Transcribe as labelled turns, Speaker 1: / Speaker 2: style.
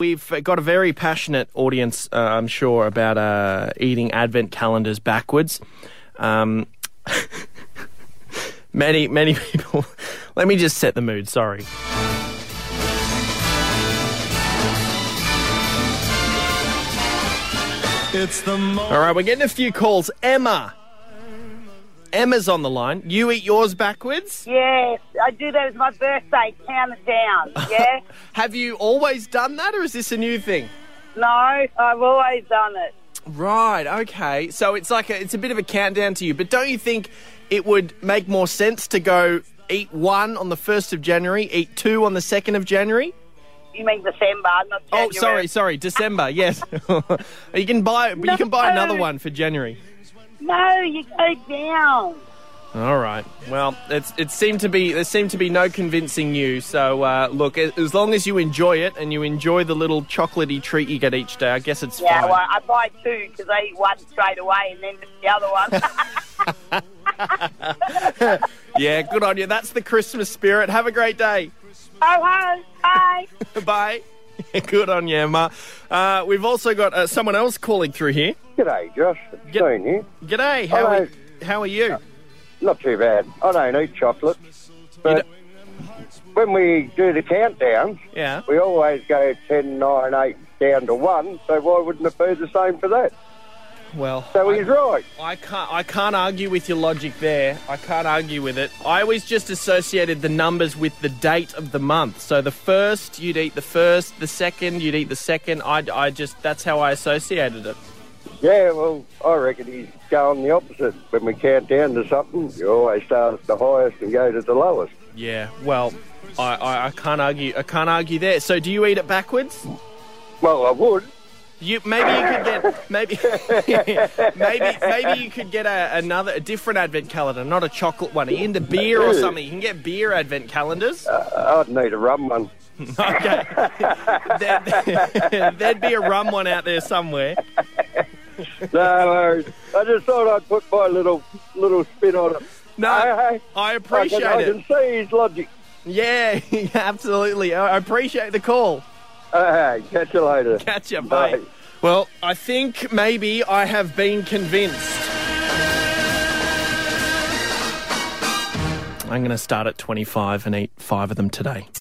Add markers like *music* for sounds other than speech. Speaker 1: We've got a very passionate audience, uh, I'm sure, about uh, eating advent calendars backwards. Um, *laughs* many, many people. *laughs* Let me just set the mood, sorry.
Speaker 2: It's the moment.
Speaker 1: All right, we're getting a few calls. Emma. Emma's on the line. You eat yours backwards?
Speaker 3: Yes, I do that with my birthday. Count
Speaker 1: *laughs*
Speaker 3: it down. Yeah.
Speaker 1: Have you always done that, or is this a new thing?
Speaker 3: no, I've always done it.
Speaker 1: Right. Okay. So it's like a, it's a bit of a countdown to you, but don't you think it would make more sense to go eat one on the first of January, eat two on the second of January?
Speaker 3: You mean December, not January.
Speaker 1: Oh, sorry, sorry, December. Yes, *laughs* you can buy you can buy another one for January.
Speaker 3: No, you go down.
Speaker 1: All right. Well, it's it seemed to be there seemed to be no convincing you. So uh, look, a- as long as you enjoy it and you enjoy the little chocolatey treat you get each day, I guess it's
Speaker 3: Yeah,
Speaker 1: fine.
Speaker 3: well, I buy two because I eat one straight away and then the other one. *laughs* Oh,
Speaker 1: Yeah, good on you. That's the Christmas spirit. Have a great day.
Speaker 3: oh, ho, hi.
Speaker 1: Bye. *laughs* Good on you, Emma. Uh, we've also got uh, someone else calling through here.
Speaker 4: G'day, Josh. It's
Speaker 1: G'day.
Speaker 4: Dean here.
Speaker 1: G'day. How are,
Speaker 4: Hello.
Speaker 1: how are you?
Speaker 4: Not too bad. I don't eat chocolate, but when we do the countdowns,
Speaker 1: Yeah.
Speaker 4: we always go 10, 9, 8 down to 1, so why wouldn't it be the same for that?
Speaker 1: Well,
Speaker 4: So
Speaker 1: I,
Speaker 4: he's right.
Speaker 1: I can't. I can't argue with your logic there. I can't argue with it. I always just associated the numbers with the date of the month. So the first, you'd eat the first. The second, you'd eat the second. I, I just that's how I associated it.
Speaker 4: Yeah, well, I reckon he's going the opposite. When we count down to something, you always start at the highest and go to the lowest.
Speaker 1: Yeah. Well, I, I, I can't argue. I can't argue there. So do you eat it backwards?
Speaker 4: Well, I would.
Speaker 1: You maybe you could get maybe *laughs* maybe maybe you could get a, another a different advent calendar, not a chocolate one. Are you into beer or something? You can get beer advent calendars.
Speaker 4: I'd need a
Speaker 1: *laughs*
Speaker 4: rum one.
Speaker 1: Okay, there, *laughs* would be a rum one out there somewhere.
Speaker 4: No, I, I just thought I'd put my little little spin on it.
Speaker 1: No,
Speaker 4: Hey, hey,
Speaker 1: I
Speaker 4: I
Speaker 1: appreciate
Speaker 4: can, I
Speaker 1: it.
Speaker 4: can see his logic.
Speaker 1: Yeah, *laughs* absolutely. I I appreciate the call.
Speaker 4: Uh, catch you later.
Speaker 1: Catch you,
Speaker 4: Bye.
Speaker 1: mate. Well, I think maybe I have been convinced. I'm going to start at 25 and eat five of them today.